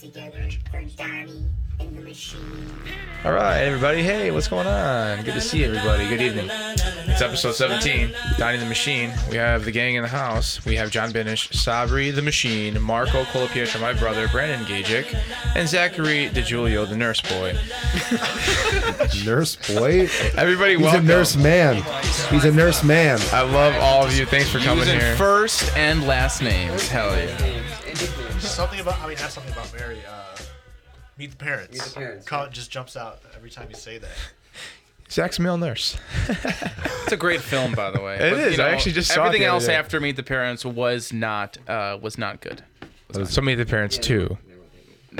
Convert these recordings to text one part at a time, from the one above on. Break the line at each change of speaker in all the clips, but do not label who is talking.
together for Donnie and the machine.
All right, everybody. Hey, what's going on? Good to see everybody. Good evening. It's episode 17, Donnie the Machine. We have the gang in the house. We have John Binish, Sabri the Machine, Marco Colapietro, my brother, Brandon Gajic, and Zachary DiGiulio, the nurse boy.
Nurse boy?
Everybody,
He's a
welcome.
nurse man. He's a nurse man.
I love all of you. Thanks for coming
Using
here.
first and last names. Hell yeah.
Something about I mean that's something about Mary. Uh, meet the parents.
Meet the Parents,
Call, just jumps out every time you say that.
Zach's male nurse.
It's a great film, by the way.
It is. I actually just saw it
everything
the other
else
day.
after Meet the Parents was not uh, was not good.
So meet the parents too.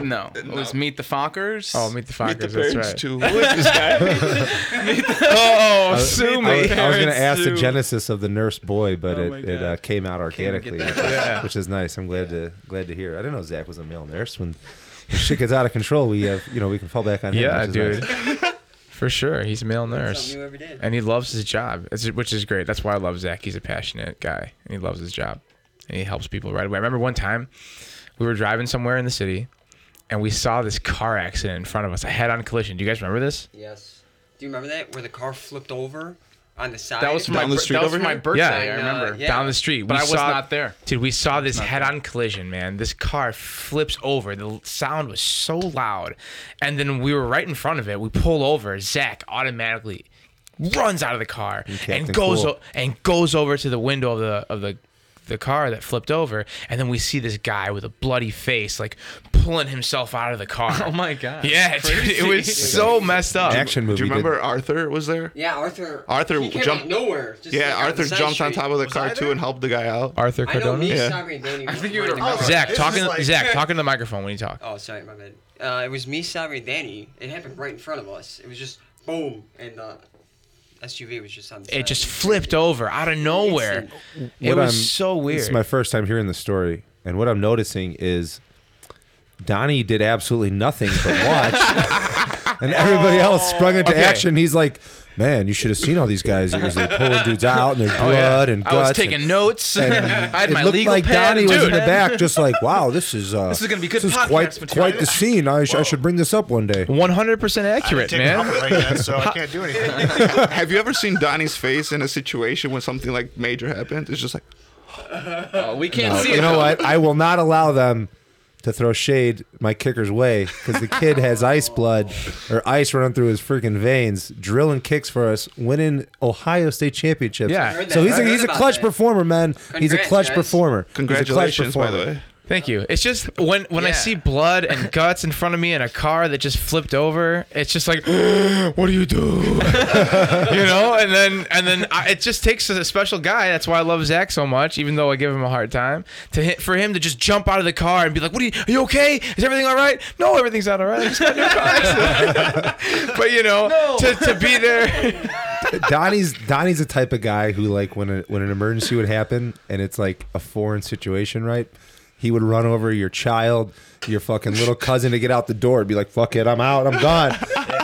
No, it was Meet the Fockers.
Oh, meet the Fockers.
Meet the
that's
parents
right.
too. Who is this guy?
Oh,
I,
sue
was- I was
me.
going to
Parents
ask the
do.
genesis of the nurse boy, but
my
it, it uh,
God.
came out organically, which,
Yeah.
which is nice. I'm glad to glad to hear. I didn't know Zach was a male nurse. When, when shit gets out of control, we have you know we can fall back on him.
Yeah,
which is
dude.
nice.
For sure, he's a male nurse,
Something you ever did.
and he loves his job, it's- which is great. That's why I love Zach. He's a passionate guy, and he loves his job, and he helps people right away. I remember one time we were driving somewhere in the city, and we saw this car accident in front of us, a head-on collision. Do you guys remember this?
Yes. Do you remember that where the car flipped over on the side?
that was for
Down
my,
the
bir-
street
that was
over
for my
here?
birthday.
Yeah.
I
And, uh,
remember.
yeah.
Down the street,
But
we
I was
saw-
not there.
Dude, we saw this
not
head-on collision, man. This car flips over. The l- sound was so loud, and then we were right in front of it. We pull over. Zach automatically runs out of the car and
Captain
goes
Cool.
o- and goes over to the window of the of the the car that flipped over, and then we see this guy with a bloody face, like pulling himself out of the car.
Oh my god.
Yeah, dude, it was so messed up.
Action movie.
Do you
dude.
remember Arthur was there?
Yeah, Arthur.
Arthur
he came out
jumped-
of nowhere. Just
Yeah,
like on the
Arthur
side
jumped on
street.
top of the car
I
too
there?
and helped the guy out.
Arthur
I know
Cardona.
me,
Yeah.
Sabri, and Danny. I
think you would remember.
Zach,
This
talking
is
to,
like-
Zach, talking to the microphone when you talk.
Oh, sorry, my bad. Uh, it was me, Sabri, and Danny. It happened right in front of us. It was just boom, and the SUV was just on the side.
It just flipped over out of nowhere. It
What
was
I'm-
so weird.
This is my first time hearing the story, and what I'm noticing is Donnie did absolutely nothing but watch, and everybody
Oh.
else sprung into
Okay.
action. He's like, "Man, you should have seen all these guys. It was like pulling dudes out and their blood and
Oh,
guts."
Oh, I was
and-
taking notes. I had
it
my
looked
legal
like
pad.
Donnie
Dude,
was in the back, just like, "Wow, this is uh,
This is gonna be good
This is
podcast
quite
material."
quite the scene. I, sh- I should bring this up one day."
100% accurate,
I didn't take
man.
off like that, so I can't do anything.
Have you ever seen Donnie's face in a situation when something like major happened? It's just like
oh, we can't see it.
You know
though.
what? I will not allow them to throw shade my kicker's way because the kid has ice blood or ice running through his freaking veins, drilling kicks for us, winning Ohio State championships.
Yeah. I
heard
So
that.
he's a,
I heard
he's a
about
clutch
that.
performer, man. he's a
Congrats,
clutch
guys.
performer. He's a clutch
congratulations, by the
performer.
way.
Thank you. It's just when when I
Yeah.
see blood and guts in front of me in a car that just flipped over, it's just like, what do you do? you know, and then and then I, it just takes a special guy. That's why I love Zach so much, even though I give him a hard time. To hit, for him to just jump out of the car and be like, "What are you? Are you okay? Is everything all right? No, everything's not all right. I just got in a car accident." but you know, to, to be there,
Donnie's Donnie's the type of guy who like when a, when an emergency would happen and it's like a foreign situation, right? He would run over your child, your fucking little cousin to get out the door and be like, "Fuck it, I'm out, I'm gone."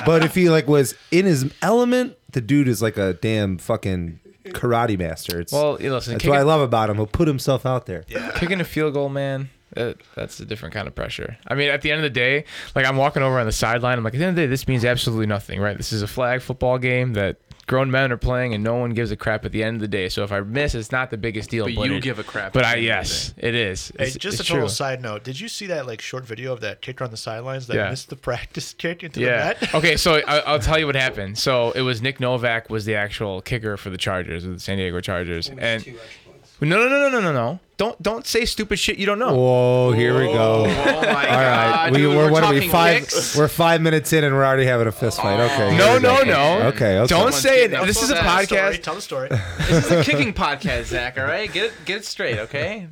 But if he like was in his element, the dude is like a damn fucking karate master. It's,
well, you listen,
that's
kick
what I
it-
love about him. He'll put himself out there.
kicking a field goal, man. That, that's a different kind of pressure. I mean, at the end of the day, like I'm walking over on the sideline. I'm like, at the end of the day, this means absolutely nothing, right? This is a flag football game that grown men are playing, and no one gives a crap at the end of the day. So if I miss, it's not the biggest deal.
But you give a crap
But
at
I
the end of the
yes, it is.
Hey,
It's,
just
it's
a total
true.
side note. Did you see that like short video of that kicker on the sidelines that
Yeah.
missed the practice kick into
Yeah.
the net?
okay, so I, I'll tell you what happened. So it was Nick Novak was the actual kicker for the Chargers, the San Diego Chargers, and
Two extra points.
no, no, no, no, no, no, no. Don't don't say stupid shit you don't know.
Whoa, here we
Oh
go.
my
All right,
god.
we,
dude,
we're,
we're
what are we
talking
five?
kicks? Oh.
We're five minutes in, and we're already having a fist fight. Okay.
No,
here we
no,
go.
no.
Okay, okay.
Don't say it.
getting
This is a
upset.
podcast.
Tell the story.
This is a kicking podcast, Zach. All right, get it, get it straight, okay?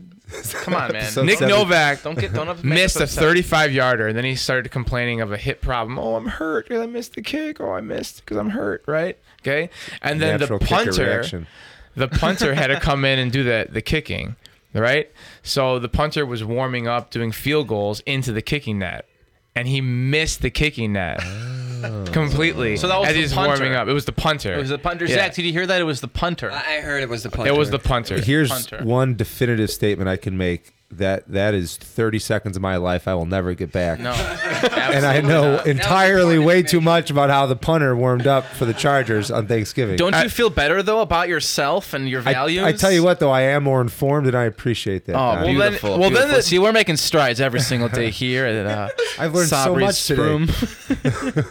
Come on, man.
Episode
Nick
Seven.
Novak
don't get don't up, make
missed
us
a
upset.
35 yarder, and then he started complaining of a hit problem. Oh, I'm hurt because I missed the kick. Oh, I missed because I'm hurt, right? Okay. And then
Natural
the
kicker
punter,
reaction.
the punter had to come in and do the the kicking, right? So the punter was warming up, doing field goals into the kicking net, and he missed the kicking net.
Oh.
Completely.
So that was
as
the
he's
punter.
warming up. It was the punter.
It was the punter.
Yeah.
Zach, did you hear that? It was the punter.
I I heard it was the punter.
It was the punter.
Here's
punter.
one definitive statement I can make that that is 30 seconds of my life I will never get back.
No.
And I
Absolutely
know
not.
entirely
That was
way
information.
too much about how the punter warmed up for the Chargers on Thanksgiving.
Don't you feel better though about yourself and your values?
I, I tell you what, though, I am more informed, and I appreciate that.
Oh,
Don.
well
Beautiful,
then, well then,
beautiful.
the- see, we're making strides every single day here at uh,
I've learned so much today.
room.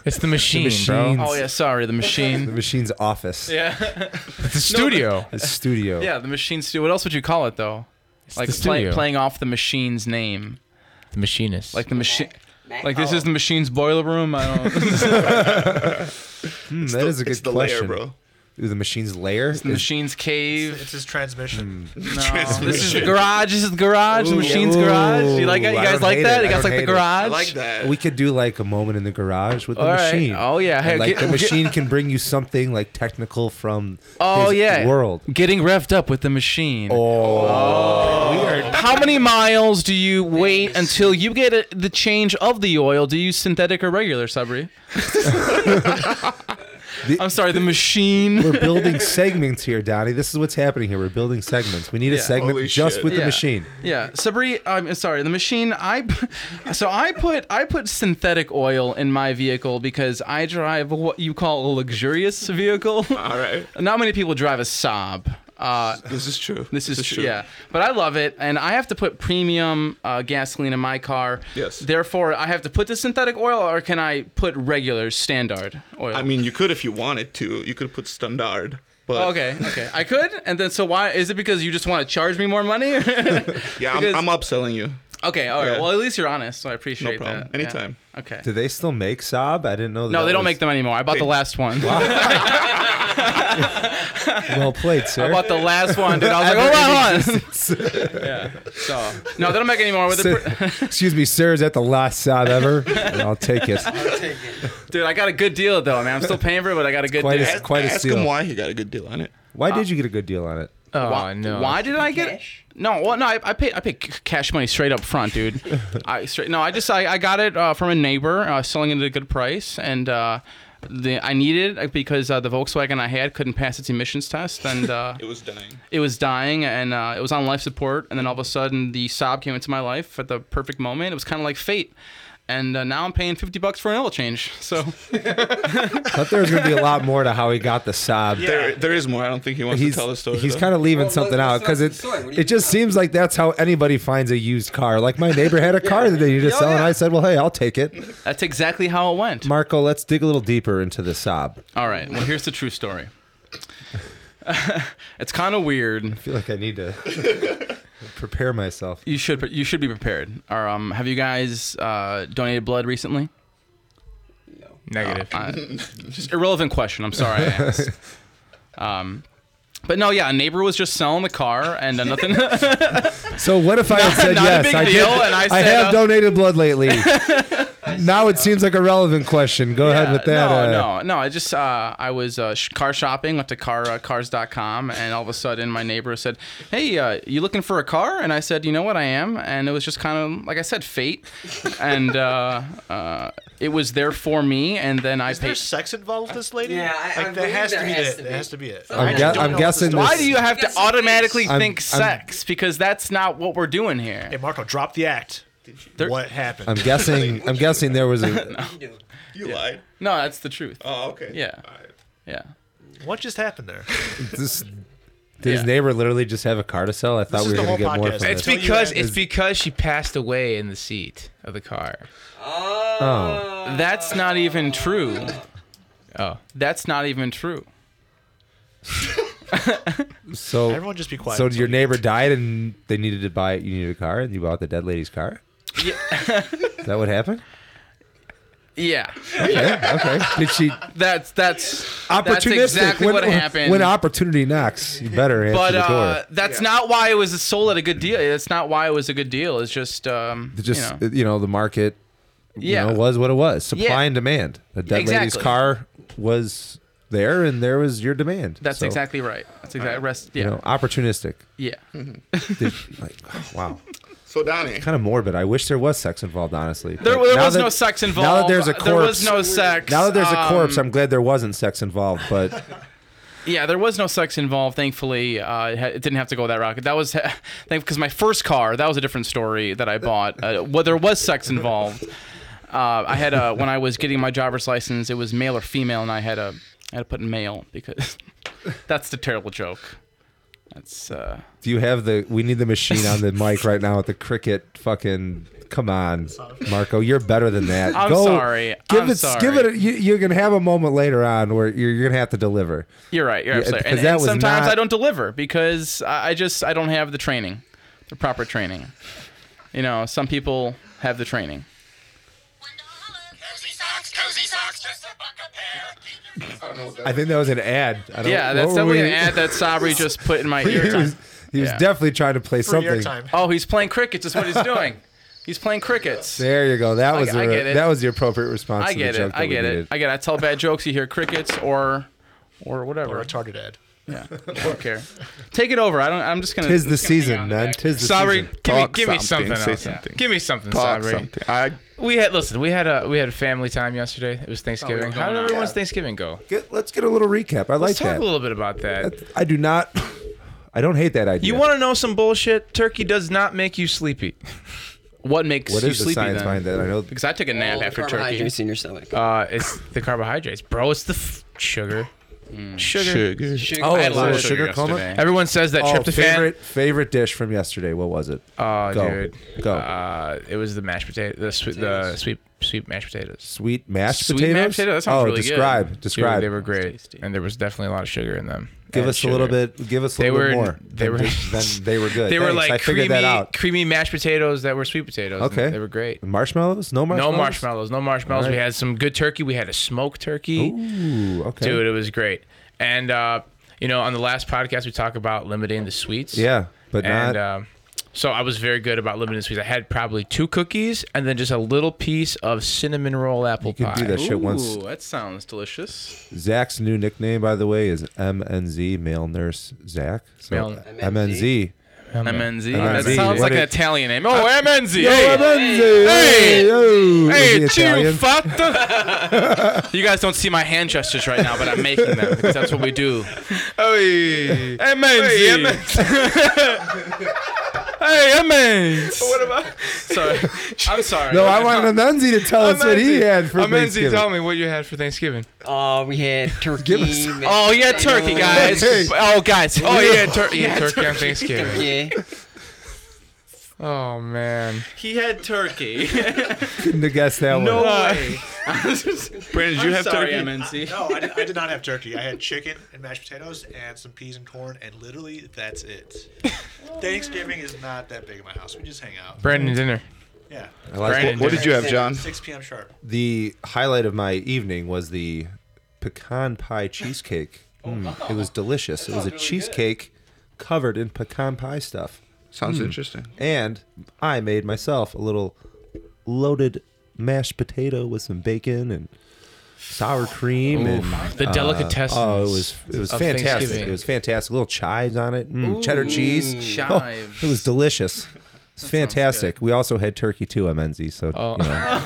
it's the machine, bro.
machines.
Oh yeah, sorry, the
the
machine,
machine's office,
yeah, the studio.
the studio.
yeah, the machine studio. What else would you call it though? Like
the
play-
studio.
playing off the machine's name,
The machinist.
like the machine.
Mac-
Like this
oh.
is the machine's boiler room. I don't.
Hmm, that
the-
is a good
it's the layer,
question,
bro.
Ooh, the machine's layer.
the machine's cave.
It's his transmission.
No, this is the garage. This is the garage. The
Ooh.
machine's garage. You like that?
Ooh,
You
I
guys
don't
like
hate
that?
it.
You
I
guys
don't
like the
hate it.
garage?
I like that.
Uh, we could do like a moment in the garage with the
All right.
machine.
Oh, yeah. Hey,
And, like
get-
the
get-
machine can bring you something like technical from
Oh
his
yeah.
world.
Getting revved up with the machine.
Oh,
How many miles do you wait until you get a, the change of the oil? Do you synthetic or regular, Sabri? I'm sorry, the machine.
we're building segments here, Donnie. This is what's happening here. We're building segments. We need a
Yeah.
segment
Holy
just
shit.
with the
Yeah.
machine.
Yeah, Sabri. I'm sorry, the machine. I p- so I put I put synthetic oil in my vehicle because I drive what you call a luxurious vehicle.
All right.
Not many people drive a Saab. Uh,
This is true.
This is, true. Yeah, but I love it, and I have to put premium uh, gasoline in my car.
Yes.
Therefore, I have to put the synthetic oil, or can I put regular standard oil?
I mean, you could if you wanted to. You could put standard. But
Okay. Okay. I could, and then so why is it because you just want to charge me more money?
Yeah, I'm,
Because-
I'm upselling you.
okay. All right.
Yeah.
Well, at least you're honest, so I
No
appreciate
problem.
that. Yeah.
Anytime.
Okay.
Do they still make Saab? I didn't know. That
No,
that
they don't
was-
make them anymore. I bought the
Wait.
last one.
Well played,
I
sir.
bought the last one, dude. I was like, hold on, hold on. So, no, they don't make it anymore. With the
Sir- excuse me, sir. Is that the last Saab ever? I'll take it.
Take it.
pr- dude, I got a good deal though, man. I'm still paying for it, but I got a good
quite
deal.
a-
Ask, ask
steal.
him why he got a good deal on it.
Why did you get a good deal on it?
oh
why,
no.
Why did I get
Cash?
No, well, no, I, I paid I paid c- cash money straight up front, dude. I straight no, I just I, I got it uh, from a neighbor uh, selling it at a good price, and uh, the I needed it because uh, the Volkswagen I had couldn't pass its emissions test, and uh,
It was dying.
it was dying, and uh, it was on life support, and then all of a sudden the Saab came into my life at the perfect moment. It was kind of like fate. And uh, now I'm paying 50 bucks for an oil change. So
thought there was going to be a lot more to how he got the Saab.
There, there is more. I don't think he wants
He's,
to tell the story.
he's
though.
kind of leaving
Well,
something
let's
out because
not
it
destroy it. What do you
it just
want?
seems like that's how anybody finds a used car. Like my neighbor had a car that they needed to sell, and I said, "Well, hey, I'll take it."
that's exactly how it went.
Marco, let's dig a little deeper into the Saab. I
All right. Well, here's the true story. it's kind of weird.
feel like I need to prepare myself.
You should you should be prepared. Or, um, have you guys uh, donated blood recently?
No.
Negative.
Oh,
Just irrelevant question. I'm sorry I asked. um, but no, yeah, a neighbor was just selling the car and uh, nothing.
So what if I had said
not a
yes?
big
I did-
deal, and I said,
have
uh,
donated blood lately. now it seems like a relevant question. Go ahead with that.
No,
uh,
no, no. I just uh, I was uh, sh- car shopping, went to car uh, cars.com, and all of a sudden my neighbor said, "Hey, uh, you looking for a car?" And I said, "You know what, I am." And it was just kind of like I said, fate, and uh, uh, it was there for me. And then I
Is there
paid.
sex involved with this lady?
Yeah, I- I
like that
believe
has
there
to be
has
it.
to
That
be.
has to be it.
I'm
I
gu-
don't know
I'm
if this
guessing
is-
this-
Why do you have to
That's the
automatically
I'm-
think
I'm-
sex? because that's not what we're doing here.
Hey, Marco, drop the act.
There-
What happened?
I'm guessing. I'm guessing there was a.
You do.
You lied.
No, that's the truth.
Oh, okay.
Yeah.
All right.
Yeah.
what just happened there?
This, did
Yeah.
his neighbor literally just have a car to sell? I thought
This
we
is
were
the
going to
whole
get more
podcast.
from
It's
this.
Until you
because
end.
it's because she passed away in the seat of the car.
Oh.
That's not even true. Oh. That's not even true.
So,
Everyone just be quiet.
so your neighbor died, and they needed to buy. You needed a car, and you bought the dead lady's car. Yeah. is that what happened?
Yeah.
Okay. Did she
That's that's
opportunistic?
That's exactly
when,
what happened.
When opportunity knocks, you better answer
but
the door.
uh, that's not why it was sold at a good deal. That's not why it was a good deal. It's just um,
It just
you know,
you know the market
yeah,
you know, was what it was. Supply
Yeah.
and demand. The dead lady's
Exactly.
car was there, and there was your demand.
that's
So, uh,
exactly right. That's exactly rest. Yeah,
You know, opportunistic.
yeah.
Did- like, wow,
So Donnie,
kind of morbid. I wish there was sex involved. Honestly,
There,
Like,
there
now
was
that-
no sex involved.
Now that there's a corpse,
There was no sex.
now that there's a corpse,
um,
I'm glad there wasn't sex involved. But
yeah, there was no sex involved. Thankfully, uh, it ha- it didn't have to go that route. That was because my first car. That was a different story that I bought. Uh, well, there was sex involved. Uh, I had a when I was getting my driver's license. It was male or female, and I had a I had to put male because that's the terrible joke. That's uh,
Do you have the? We need the machine on the mic right now with the cricket. Fucking come on, Marco, you're better than that.
I'm sorry.
Give
I'm
it.
sorry.
Give it. You, you're gonna have a moment later on where you're, you're gonna have to deliver.
you're right. You're
Yeah,
absolutely right.
because
And,
that
and
was
sometimes
not-
I don't deliver because I, I just I don't have the training, the proper training. You know, some people have the training.
Cozy socks, cozy socks, just a buck a pair.
I think that was an ad. I don't,
Yeah,
what
that's
were
definitely
we-
an ad that Sabri just put in my
He
ear.
was, he was
Yeah.
definitely trying to play
For
something.
your time.
Oh, he's playing crickets. Is what he's doing. He's playing crickets.
There you go. That was
I
the-
get it.
that was the appropriate response.
I
to
get
the
it.
joke that
I
we
get it.
needed.
I get. It. I tell bad jokes. You hear crickets or, or whatever.
Or a retarded ad.
yeah. I don't care. Take it over. I don't. I'm just gonna.
Tis the season, man. Tis the
Sabri,
season.
give me,
Talk
give me something.
something, say
else.
something.
Give me something,
Talk
Sabri.
something. I
We had listen. We had a we had family time yesterday. It was Thanksgiving. How
going
did
on.
everyone's Thanksgiving go?
Get- let's get a little recap. I like
Let's talk
that.
a little bit about that.
I do not. I don't hate that idea.
You want to know some bullshit? Turkey does not make you sleepy.
What makes
What
you
is the
sleepy
science
then?
behind that? I know.
Because I took a nap
All the
after turkey.
carbohydrates in your stomach.
Uh, it's the carbohydrates, bro. It's the f- sugar.
Mm.
Sugar.
sugar.
Sugar-
Oh,
I had
a
a lot
little
of sugar,
sugar coma?
yesterday.
Everyone says that
Oh,
tryptophan.
favorite favorite dish from yesterday. What was it?
Oh,
Go.
dude.
Go.
Uh, it was the mashed potato, the sweet, the
Potatoes.
sweet, sweet mashed potatoes.
Sweet mashed
Sweet
potatoes.
mashed potato? That sounds
oh,
really good.
describe,
Dude,
Dude,
describe.
they were great,
tasty.
and there was definitely a lot of sugar in them.
give
And
us a little
sugar.
bit. Give us a
They
little
were-
bit more.
they
than
were-
just- than they were good.
They were
Thanks.
like
I figured
creamy,
that out.
creamy mashed potatoes that were sweet potatoes. and
Okay.
they were great.
Marshmallows? No marshmallows.
No marshmallows, no marshmallows.
All
We
right.
had some good turkey. We had a smoked turkey.
Ooh, okay.
Dude, it was great. And uh, you know, on the last podcast, we talk about limiting the sweets.
Yeah, but
and
not.
um, so I was very good about limiting the sweets. I had probably two cookies and then just a little piece of cinnamon roll apple
you
pie.
could do that shit once.
Ooh, that sounds delicious.
Zach's new nickname, by the way, is MNZ, male nurse Zach. So
Male-
MNZ. MNZ.
MNZ. That sounds
What
like an
it-
Italian name. Oh, MNZ. hey.
MNZ.
Hey!
oh, is he
Hey,
Italian?
too fatto. you guys don't see my hand gestures right now, but I'm making them because that's what we do.
Hey,
MNZ. Hey, MNZ. What about? Sorry, I'm sorry.
No, I want Amenzi to tell us what he had for Thanksgiving.
tell me what you had for Thanksgiving.
Uh, we had turkey.
Give us-
mashed
Oh, yeah, turkey, guys.
Hey.
Oh, guys.
Oh
Oh,
yeah,
yeah.
tur- yeah, turkey on
potatoes.
Thanksgiving.
Yeah.
Oh man,
He had turkey.
Couldn't have guessed that
no
one.
way.
Brandon, did you
I'm
have
sorry,
turkey?
MNZ.
No, I did, I did not have turkey. I had chicken and mashed potatoes and some peas and corn, and literally that's it. Thanksgiving is not that big in my house. We just hang out.
Brandon dinner.
Yeah,
I like
What, what did you have, John?
6 p.m. sharp.
the highlight of my evening was the pecan pie cheesecake. Mm, it was delicious. It was a cheesecake covered in pecan pie stuff.
Sounds interesting.
And I made myself a little loaded mashed potato with some bacon and sour cream and
The delicatessen.
oh, it was it was
Of
fantastic.
Thanksgiving.
It was fantastic. Little chives on it, mm, cheddar cheese. Oh,
chives.
it was delicious. It's fantastic. We also had turkey too, MNZ. So you know,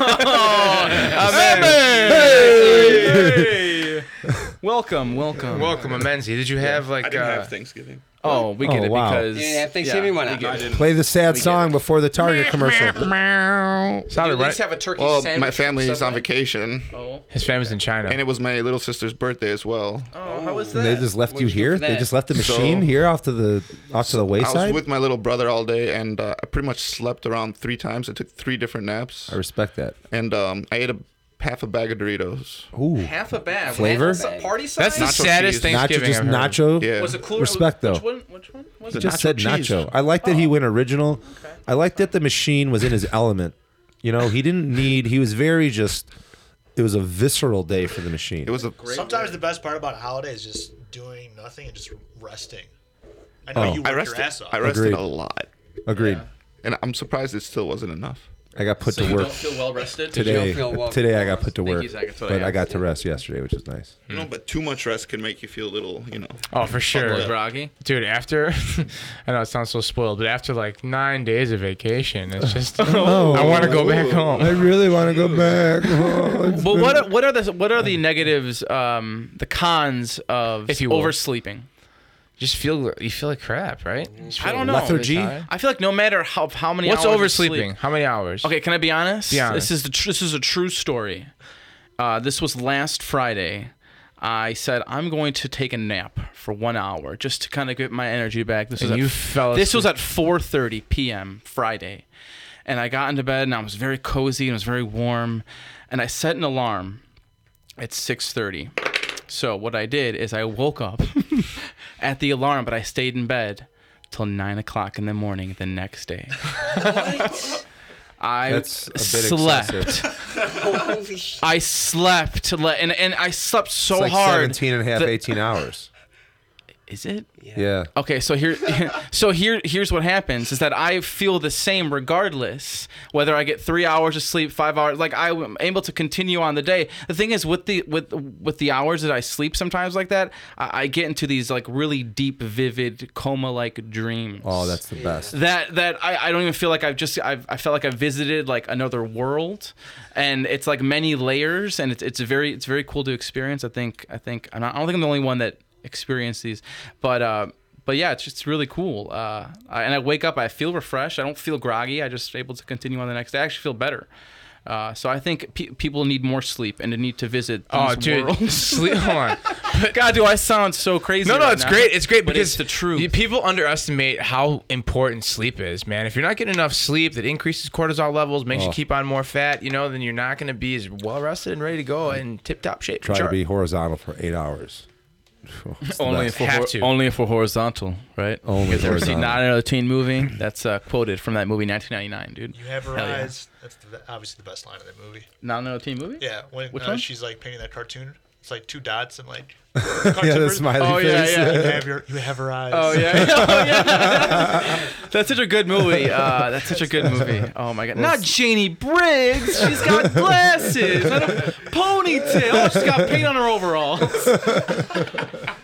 Welcome, welcome.
Welcome, Amenzi. Did you have like?
I didn't
uh,
have Thanksgiving.
Oh, we get
Oh,
it
wow.
because
You didn't have Thanksgiving? Why
we
not?
get it.
play the sad song before the Target commercial.
Sorry,
At least
right?
have a turkey
Well,
sandwich.
my
or
family is on
something.
vacation,
His family's in China.
and it was my little sister's birthday as well.
Oh, how was
And
that?
they just left you
What'd you do
here.
for
They
that?
just left the machine
So-
here off to the off to the
I was
wayside.
with my little brother all day, and uh, I pretty much slept around three times. I took three different naps,
I respect that.
and um, I ate a half a bag of Doritos.
Ooh,
Half a bag.
Flavor?
Half a party size.
That's the saddest
cheese.
nacho,
Thanksgiving.
just
I've heard.
nacho.
Yeah. Was
it cooler?
Respect though.
Which one? Which one? Was it?
just
nacho
said
cheese.
nacho. I like
Oh.
that he went original. I like that the machine was in his element. You know, he didn't need. He was very just. It was a visceral day for the machine.
It was a
Sometimes the best part about a holiday is just doing nothing and just resting. I know
Oh.
you
I
work your
rested.
ass off.
I rested
Agreed.
a lot,
Agreed.
and I'm surprised it still wasn't enough.
I got put
So
to
you
work
don't feel well rested
you don't
today.
feel well-
Today I got put to
Thank
work,
you, Zach. That's what I
but I
asked.
got to rest yesterday, which is nice.
No, but too much rest can make you feel a little, you know.
Oh, for sure.
Or groggy.
Dude, after I know it sounds so spoiled, but after like nine days of vacation, it's just
Oh.
I want to go back home.
I really want to go back. Oh,
But what are, what are the what are the negatives, um, the cons of
If you will.
oversleeping?
Just feel you feel like crap, right? You just
I
feel
don't know.
lethargy?
tired.
I feel like no matter how how many
What's
hours you
oversleeping?
sleep-
How many hours?
Okay, can I be honest?
Be
This is the tr- this is a true story. Uh, this was last Friday. I said I'm going to take a nap for one hour just to kind of get my energy back. This was
And
at,
you fell
This was at 4:30 p.m. Friday, and I got into bed and I was very cozy and it was very warm, and I set an alarm at 6:30. So what I did is I woke up at the alarm, but I stayed in bed till nine o'clock in the morning the next day. I
That's a bit
slept.
excessive.
Holy shit.
I slept le- and and I slept so
It's like
hard.
17 and a half,
that-
18 hours.
Is it?
Yeah.
Okay, so here, so here, here's what happens: is that I feel the same regardless whether I get three hours of sleep, five hours. Like I'm able to continue on the day. The thing is, with the with with the hours that I sleep, sometimes like that, I, I get into these like really deep, vivid coma-like dreams.
Oh, that's the best.
that that I, I don't even feel like I've just I've, I felt like I visited like another world, and it's like many layers, and it's it's very it's very cool to experience. I think I think I'm not, I don't think I'm the only one that experienced these, but uh, but yeah, it's just really cool. Uh, I, and I wake up, I feel refreshed. I don't feel groggy. I just able to continue on the next day. I actually feel better. Uh, so I think pe- people need more sleep and they need to visit. These
Oh, dude,
worlds.
sleep. Hold on.
God, do I sound so crazy?
No, no,
right
it's
now.
great. It's great
But
because
it's the truth.
you- People underestimate how important sleep is, man. If you're not getting enough sleep, that increases cortisol levels, makes you
Oh.
keep on more fat. You know, then you're not going to be as well rested and ready to go in tip top shape.
Mm. Try
Sure.
to be horizontal for eight hours. It's the
Only
best.
for
Have
hor-
to.
only for horizontal, right?
Only
You guys ever seen
horizontal.
Not Another Teen Movie? That's uh, quoted from that movie, 1999, dude.
You have her
Hell yeah.
eyes. That's the, obviously the best line of that movie.
Not Another Teen Movie?
Yeah, when
Which
uh,
one?
she's like painting that cartoon. It's like two dots and like.
yeah, the smiley
Oh,
face.
yeah, yeah.
You have your, you have her eyes.
Oh yeah. oh yeah. that's such a good movie. Uh, that's such a good movie. Oh my god. Not Janie Briggs. She's got glasses and a ponytail. Oh, she's got paint on her overalls.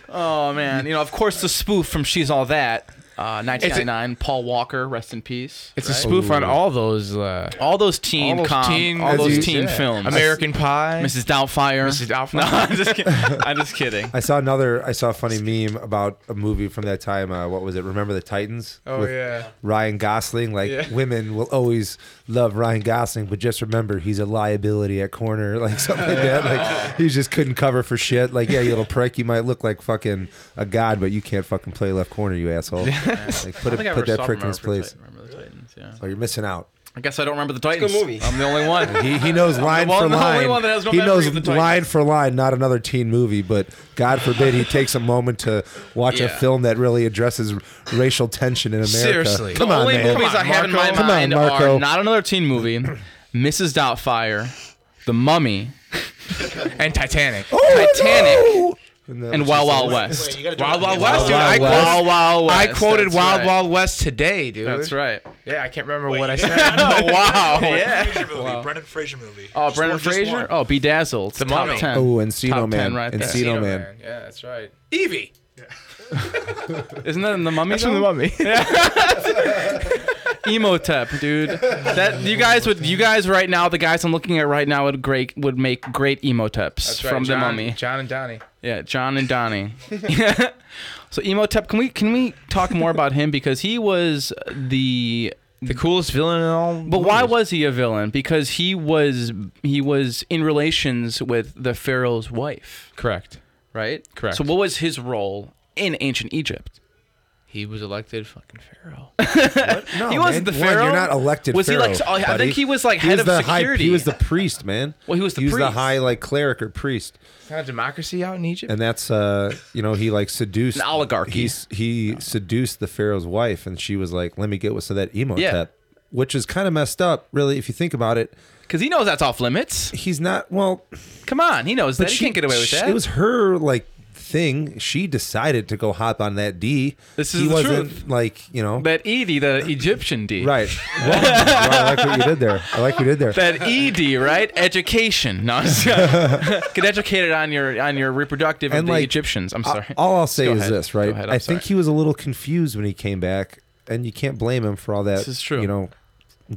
oh man. You know, of course, the spoof from She's All That, uh, 1999. Paul Walker, rest in peace.
It's a spoof on all those uh,
all those teen,
all those
com,
teen,
all those
you-
teen films.
American Pie,
Mrs. Doubtfire.
Mrs. Doubtfire.
No, I'm just kidding. I'm just kidding.
I saw another. I saw a funny meme about a movie from that time. Uh, what was it? Remember the Titans?
Oh
With
yeah.
Ryan Gosling. Like
Yeah.
women will always love Ryan Gosling, but just remember he's a liability at corner, like something like that. Like he just couldn't cover for shit. Like yeah, you little prick. You might look like fucking a god, but you can't fucking play left corner, you asshole. Like put it, put that prick in his place. Oh, you're missing out.
I guess I don't remember the Titans.
movie.
I'm the only one.
He, he knows line
one-
for
the only
line.
one that has no
he
memory
knows
of the Titans.
line for line, not another teen movie, but God forbid he takes a moment to watch a
Yeah.
film that really addresses racial tension in America.
Seriously.
Come
the
on,
only
man.
movies I have in my
Come on,
mind
Marco.
are not another teen movie, Mrs. Doubtfire, The Mummy,
and Titanic.
Titanic,
Oh, that
and
was
Wild Wild
Wait,
West.
you gotta do
Wild
it.
Wild West, dude.
Wild
I,
Wild West.
quote-
Wild Wild West.
I quoted
that's
Wild
right.
Wild West today, dude.
That's right.
Yeah, I can't remember what I
you
said.
gotta do it.
Oh, Wow.
Oh,
Fraser movie, Brendan Fraser movie.
Oh,
Just
Brendan
one- just
Fraser.
one.
Oh, Bedazzled. The top
Mummy.
ten.
Oh, Encino
Top
Man.
10 right there.
Oh,
Encino Man.
Yeah, that's right. Evie.
Isn't that in the Mummy?
That's from the
though?
Mummy.
Emotep, dude. That you guys would, you guys right now, the guys I'm looking at right now would great would make great emoteps from the mummy.
John and Donnie.
Yeah, John and Donnie. so Emotep, can we can we talk more about him because he was the.
The coolest villain in all.
But why was he a villain? Because he was he was in relations with the pharaoh's wife,
correct?
right?
Correct.
So what was his role in ancient Egypt?
He was elected fucking pharaoh.
No,
He
man.
wasn't the
One,
pharaoh.
you're not elected.
Was he
pharaoh,
like- so- I
buddy.
think he was like
He
head of
the high-
security.
he was the priest, man.
Well, he was the
he was the
priest.
high like cleric or priest.
kind of democracy out in Egypt.
and that's uh you know he like seduced
An
He
oligarchy.
he seduced the pharaoh's wife, and she was like, "Let me get with some of that emo
Yeah.
which is kind of messed up, really, if you think about it.
Because he knows that's off limits.
He's not well,
Come on, he knows
but
that.
she
he can't get away with
she-
that.
It was her like thing. She decided to go hop on that D.
This
he
is the
wasn't
truth.
like you know
That ED, the Egyptian D.
right. Well, well, I like what you did there. I like what you did there.
That ED, right? Education. No, I'm just- get educated on your on your reproductive
And,
of the
like,
Egyptians. I'm
I-
sorry.
all I'll say
Go
is
ahead.
this, right?
Go ahead, I'm
I think
sorry.
he was a little confused when he came back, and you can't blame him for all that.
This is true.
You know,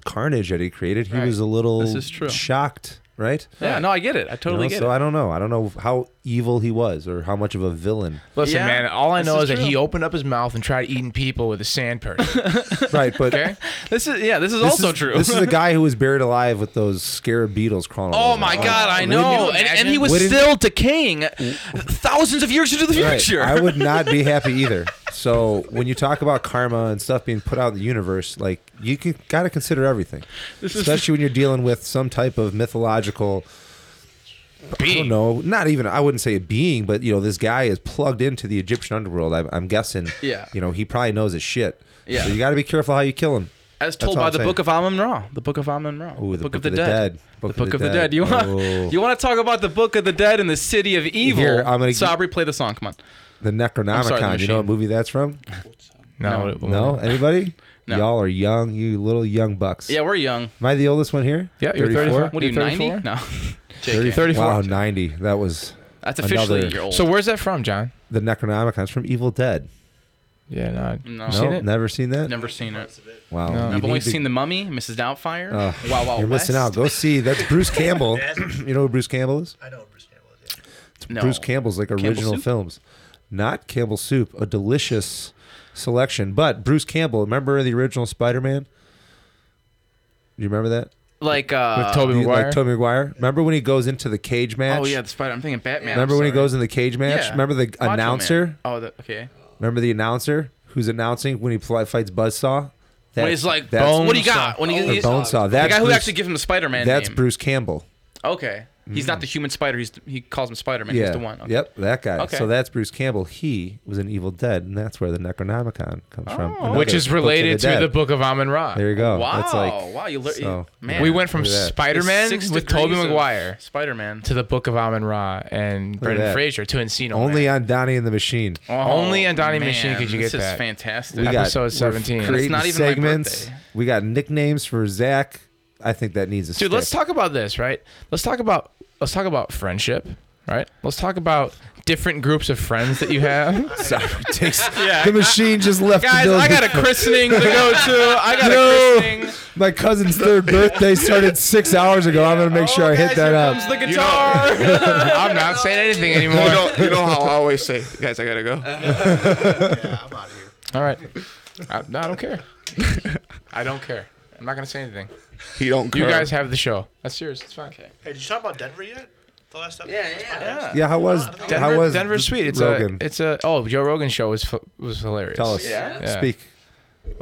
carnage that he created. He was a little
This is true.
shocked, right?
Yeah, no, I get it.
You
I
know,
totally get
so
it.
I don't know. I don't know how evil he was or how much of a villain.
Listen,
Yeah,
man, all I
this
know
is
is, that
true.
he opened up his mouth and tried eating people with a sand person.
right, but
Okay?
This is yeah. This is
this
also
is-
true.
This is a guy who was buried alive with those scarab beetles crawling. all
Oh
over
my
him.
God, I
Wouldn't you
know, and, and he
imagine?
was
Wouldn't-
still decaying, thousands of years into the
Right.
future.
I would not be happy either. So when you talk about karma and stuff being put out in the universe, like you can gotta consider everything, especially when you're dealing with some type of mythological. I don't
Being.
know. Not even. I wouldn't say a being, but you know, this guy is plugged into the Egyptian underworld. I'm, I'm guessing.
Yeah.
You know, he probably knows his shit.
Yeah.
So you got to be careful how you kill him. That's
As told
all
by
I'm
the
saying.
Book of Amun Ra, the Book of Amun Ra,
Ooh, the
Book, of the, Dead.
Book
The Book of the Dead. You want
Oh.
you want to talk about the Book of the Dead and the City of Evil?
Here, I'm gonna-
Sabri, play the song. Come on.
The Necronomicon. you
sorry, The
know
Machine. Oh,
what movie that's from?
No, it-
No. Anybody?
No.
Y'all are young. You little young bucks.
Yeah, we're young.
Am I the oldest one here?
Yeah, you're 34.
What are you,
You're
90?
34?
No.
You're
JK.
34.
Wow, 90. That was
That's officially
Another-
your old.
So where's that from, John?
the Necronomicon. It's from Evil Dead.
Yeah, no.
No.
You
No,
seen it?
never seen that.
never seen it.
Wow,
No.
you
I've only
need to-
seen The Mummy, Mrs. Doubtfire.
Ugh,
wow, wow.
You're missing out. Go see. That's Bruce Campbell. you know who Bruce Campbell is?
I know what Bruce Campbell is. Yeah.
No.
Bruce Campbell's like original
soup?
films, not Campbell Soup. A delicious selection, but Bruce Campbell. Remember the original Spider-Man? You remember that?
Like uh,
With Tobey
You-
Maguire.
Like Tobey Maguire. Remember when he goes into the cage match?
Oh yeah, the spider. I'm thinking Batman.
Remember
I'm
when he
sorry.
goes in the cage match?
Yeah.
Remember the
Macho Man.
announcer?
Oh, the, okay.
Remember the announcer who's announcing when he pl- fights Buzzsaw? That,
when he's like,
that's-
"What do you got?" When he,
or
he's,
Bonesaw.
the
That's
guy who
Bruce-
actually gives him the Spider-Man
That's
name.
Bruce Campbell.
Okay, he's not the human spider. He's he calls him Spider-Man.
Yeah.
He's the one. Okay.
Yep, that guy.
Okay.
So that's Bruce Campbell. He was in Evil Dead, and that's where the Necronomicon comes from. Another
Which is
Book of
related to
Dead.
the Book of Amun Ra.
There you go.
Oh. Wow.
That's like
wow. You learn.
so-
man.
we went from
Look at that.
Spider Man
It's six
with Tobey
degrees of
Maguire
Spider-Man.
to the Book of Amun Ra and
that.
Brendan Fraser to Encino.
only
Man.
on Donnie and the Machine.
Oh.
Only on Donnie Machine could you
this
get
is
that.
fantastic.
We got
Episode
we're
17. That's
creating
not even my
segments.
birthday.
we got nicknames for Zach. I think that needs a
Dude, let's
stick.
talk about this, right? Let's talk about let's talk about friendship, right? Let's talk about different groups of friends that you have.
Sorry, it takes- the machine just left. the
Guys, I
building.
got a christening to go to. I got
No.
a christening.
My cousin's third birthday started six hours ago. I'm gonna make sure
Oh,
I hit that up.
Comes the guitar.
I'm not saying anything
You
anymore.
know, you know how I always say, guys, I gotta go.
yeah, I'm out of here.
All right. I, no, I don't care. I don't care. I'm not gonna say anything.
He don't.
You
curb.
guys have the show. That's yours. It's fine.
Hey, did you talk about Denver yet? The last time.
Yeah, yeah.
Yeah, how was how
Denver,
was
Denver Sweet. It's
Rogan?
a it's a oh Joe Rogan show was fu- was hilarious.
Tell us.
Yeah.
Speak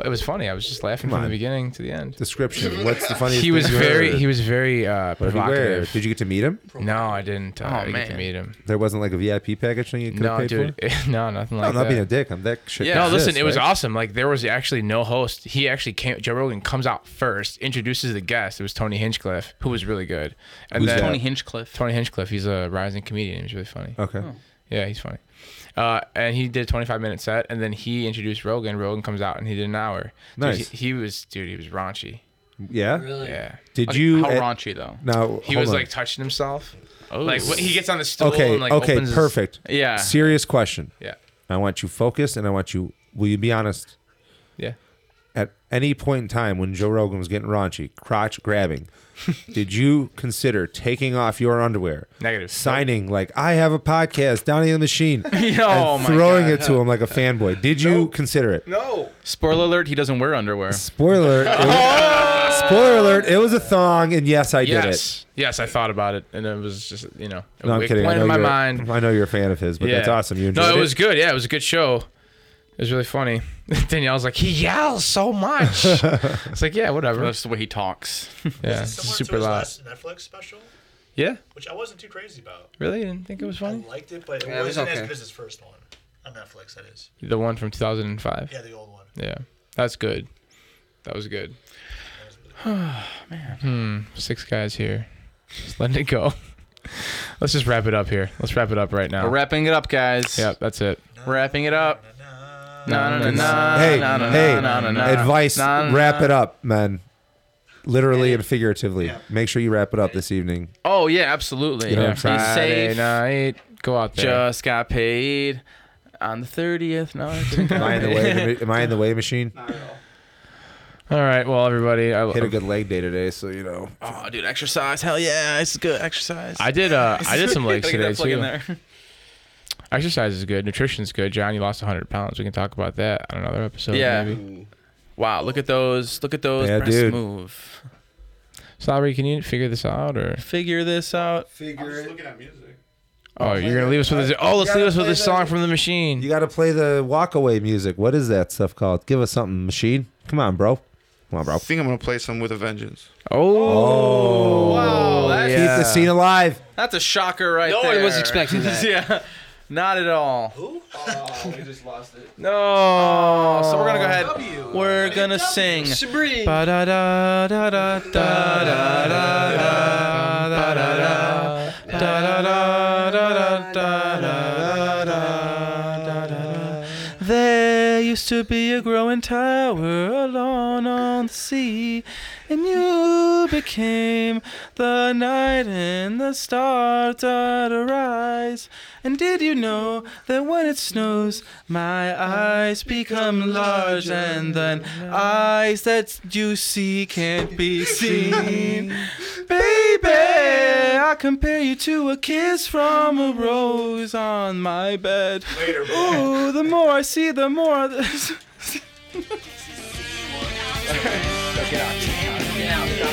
It was funny. I was just laughing
Come
from
on.
the beginning to the end.
description. What's the funniest?
He was
thing you heard?
very he was very uh,
What did he wear?
provocative.
Did you get to meet him?
No, I didn't. Uh,
Oh,
I didn't get to
man.
meet him.
There wasn't like a VIP package thing you could
No,
pay
dude.
for.
no, nothing
No,
like
I'm not
that.
being a dick. I'm that shit.
Yeah.
no,
exists,
listen, it was
right?
awesome. Like there was actually no host. He actually came. Joe Rogan comes out first, introduces the guest. It was Tony Hinchcliffe, who was really good. And
Who's
then
that? Oh.
Tony Hinchcliffe.
Tony Hinchcliffe, he's a rising comedian. He's really funny.
Okay.
Yeah, he's funny. Uh, and he did a 25 minute set, and then he introduced Rogan. Rogan comes out, and he did an hour. Dude,
Nice.
he, he was, dude, he was raunchy.
Yeah.
Really?
Yeah.
Did
Okay,
you? e-
How
at-
raunchy though. Oh.
Now
He
hold
was
on.
like touching himself. Like wh- he gets on the stool.
okay,
And, like,
okay,
opens his-
perfect.
Yeah.
Serious question.
yeah.
I want you focused, and I want you. Will you be honest?
Yeah.
At any point in time when Joe Rogan was getting raunchy, crotch grabbing, did you consider taking off your underwear,
Negative.
signing like "I have a podcast, Donnie and the Machine,"
oh
and
my
throwing
God.
it to him like a fanboy? Did you consider it?
No.
Spoiler alert: He doesn't wear underwear.
Spoiler. It was, spoiler alert. It was a thong, and yes, I did it.
Oh! Yes. Yes, I thought about it, and it was just you know.
No, I'm
it
kidding. I
Went
know
in my
you're-
mind.
I know you're a fan of his, but that's
Yeah.
awesome. You enjoyed
no, it,
it.
was good. Yeah, it was a good show. It was really funny. Danielle's like, he yells so much. it's like, yeah, whatever.
That's the way he talks.
Yeah, it's
Similar
super
to his
loud.
last Netflix special,
Yeah,
which I wasn't too crazy about.
really? You didn't think it was
I
funny?
liked it, but it
Yeah, it was
wasn't as
okay.
good as his first one on Netflix. That is.
The one from 2005.
Yeah, the old one.
Yeah, that's good. That was good. Man, hmm, six guys here. Just letting it go. Let's just wrap it up here. Let's wrap it up right now.
We're wrapping it up, guys.
Yep, that's it.
Wrapping it up. No, no, no, no,
Hey,
no, no,
hey,
no, no, no, no.
advice.
No, no,
wrap
no.
it up, man. Literally and figuratively. Make sure you wrap it up this evening.
Oh yeah, absolutely.
You know what I'm
Be
Friday
safe.
night. Go out there.
Just got paid on the thirtieth. No, I didn't
Am I in
got
the
paid.
way? Am I in the way machine?
All right. Well, everybody, I,
Hit a good leg day today, so you know.
Oh, dude, exercise. Hell yeah, this is good exercise.
I did. Uh, I did some legs
Gotta
today
get that plug in
too.
there.
Exercise is good. Nutrition's good. John, you lost 100 pounds. We can talk about that on another episode.
Yeah.
Maybe.
Wow, look at those. Look at those
Yeah,
breasts
dude.
move.
Salary, can you figure this out or?
Figure this out.
Oh, you're gonna leave us with this. Oh, let's leave us with this song from the
You
Machine.
got to play the walk away music. What is that stuff called? Give us something, machine. Come on, bro. Come on, bro.
I think I'm gonna play some with a vengeance.
Oh,
that's-
Keep the scene alive.
That's a shocker right
No
there.
one was expecting that.
yeah. Not at all.
no.
So we're gonna go ahead.
W.
We're gonna sing.
Sabrine.
There used to be a growing tower alone on the sea, and you became the night and the stars that arise. And did you know that when it snows, my eyes become large, and then eyes that you see can't be seen? Baby, I compare you to a kiss from a rose on my bed. Ooh, the more I see, the more. I...
Get out.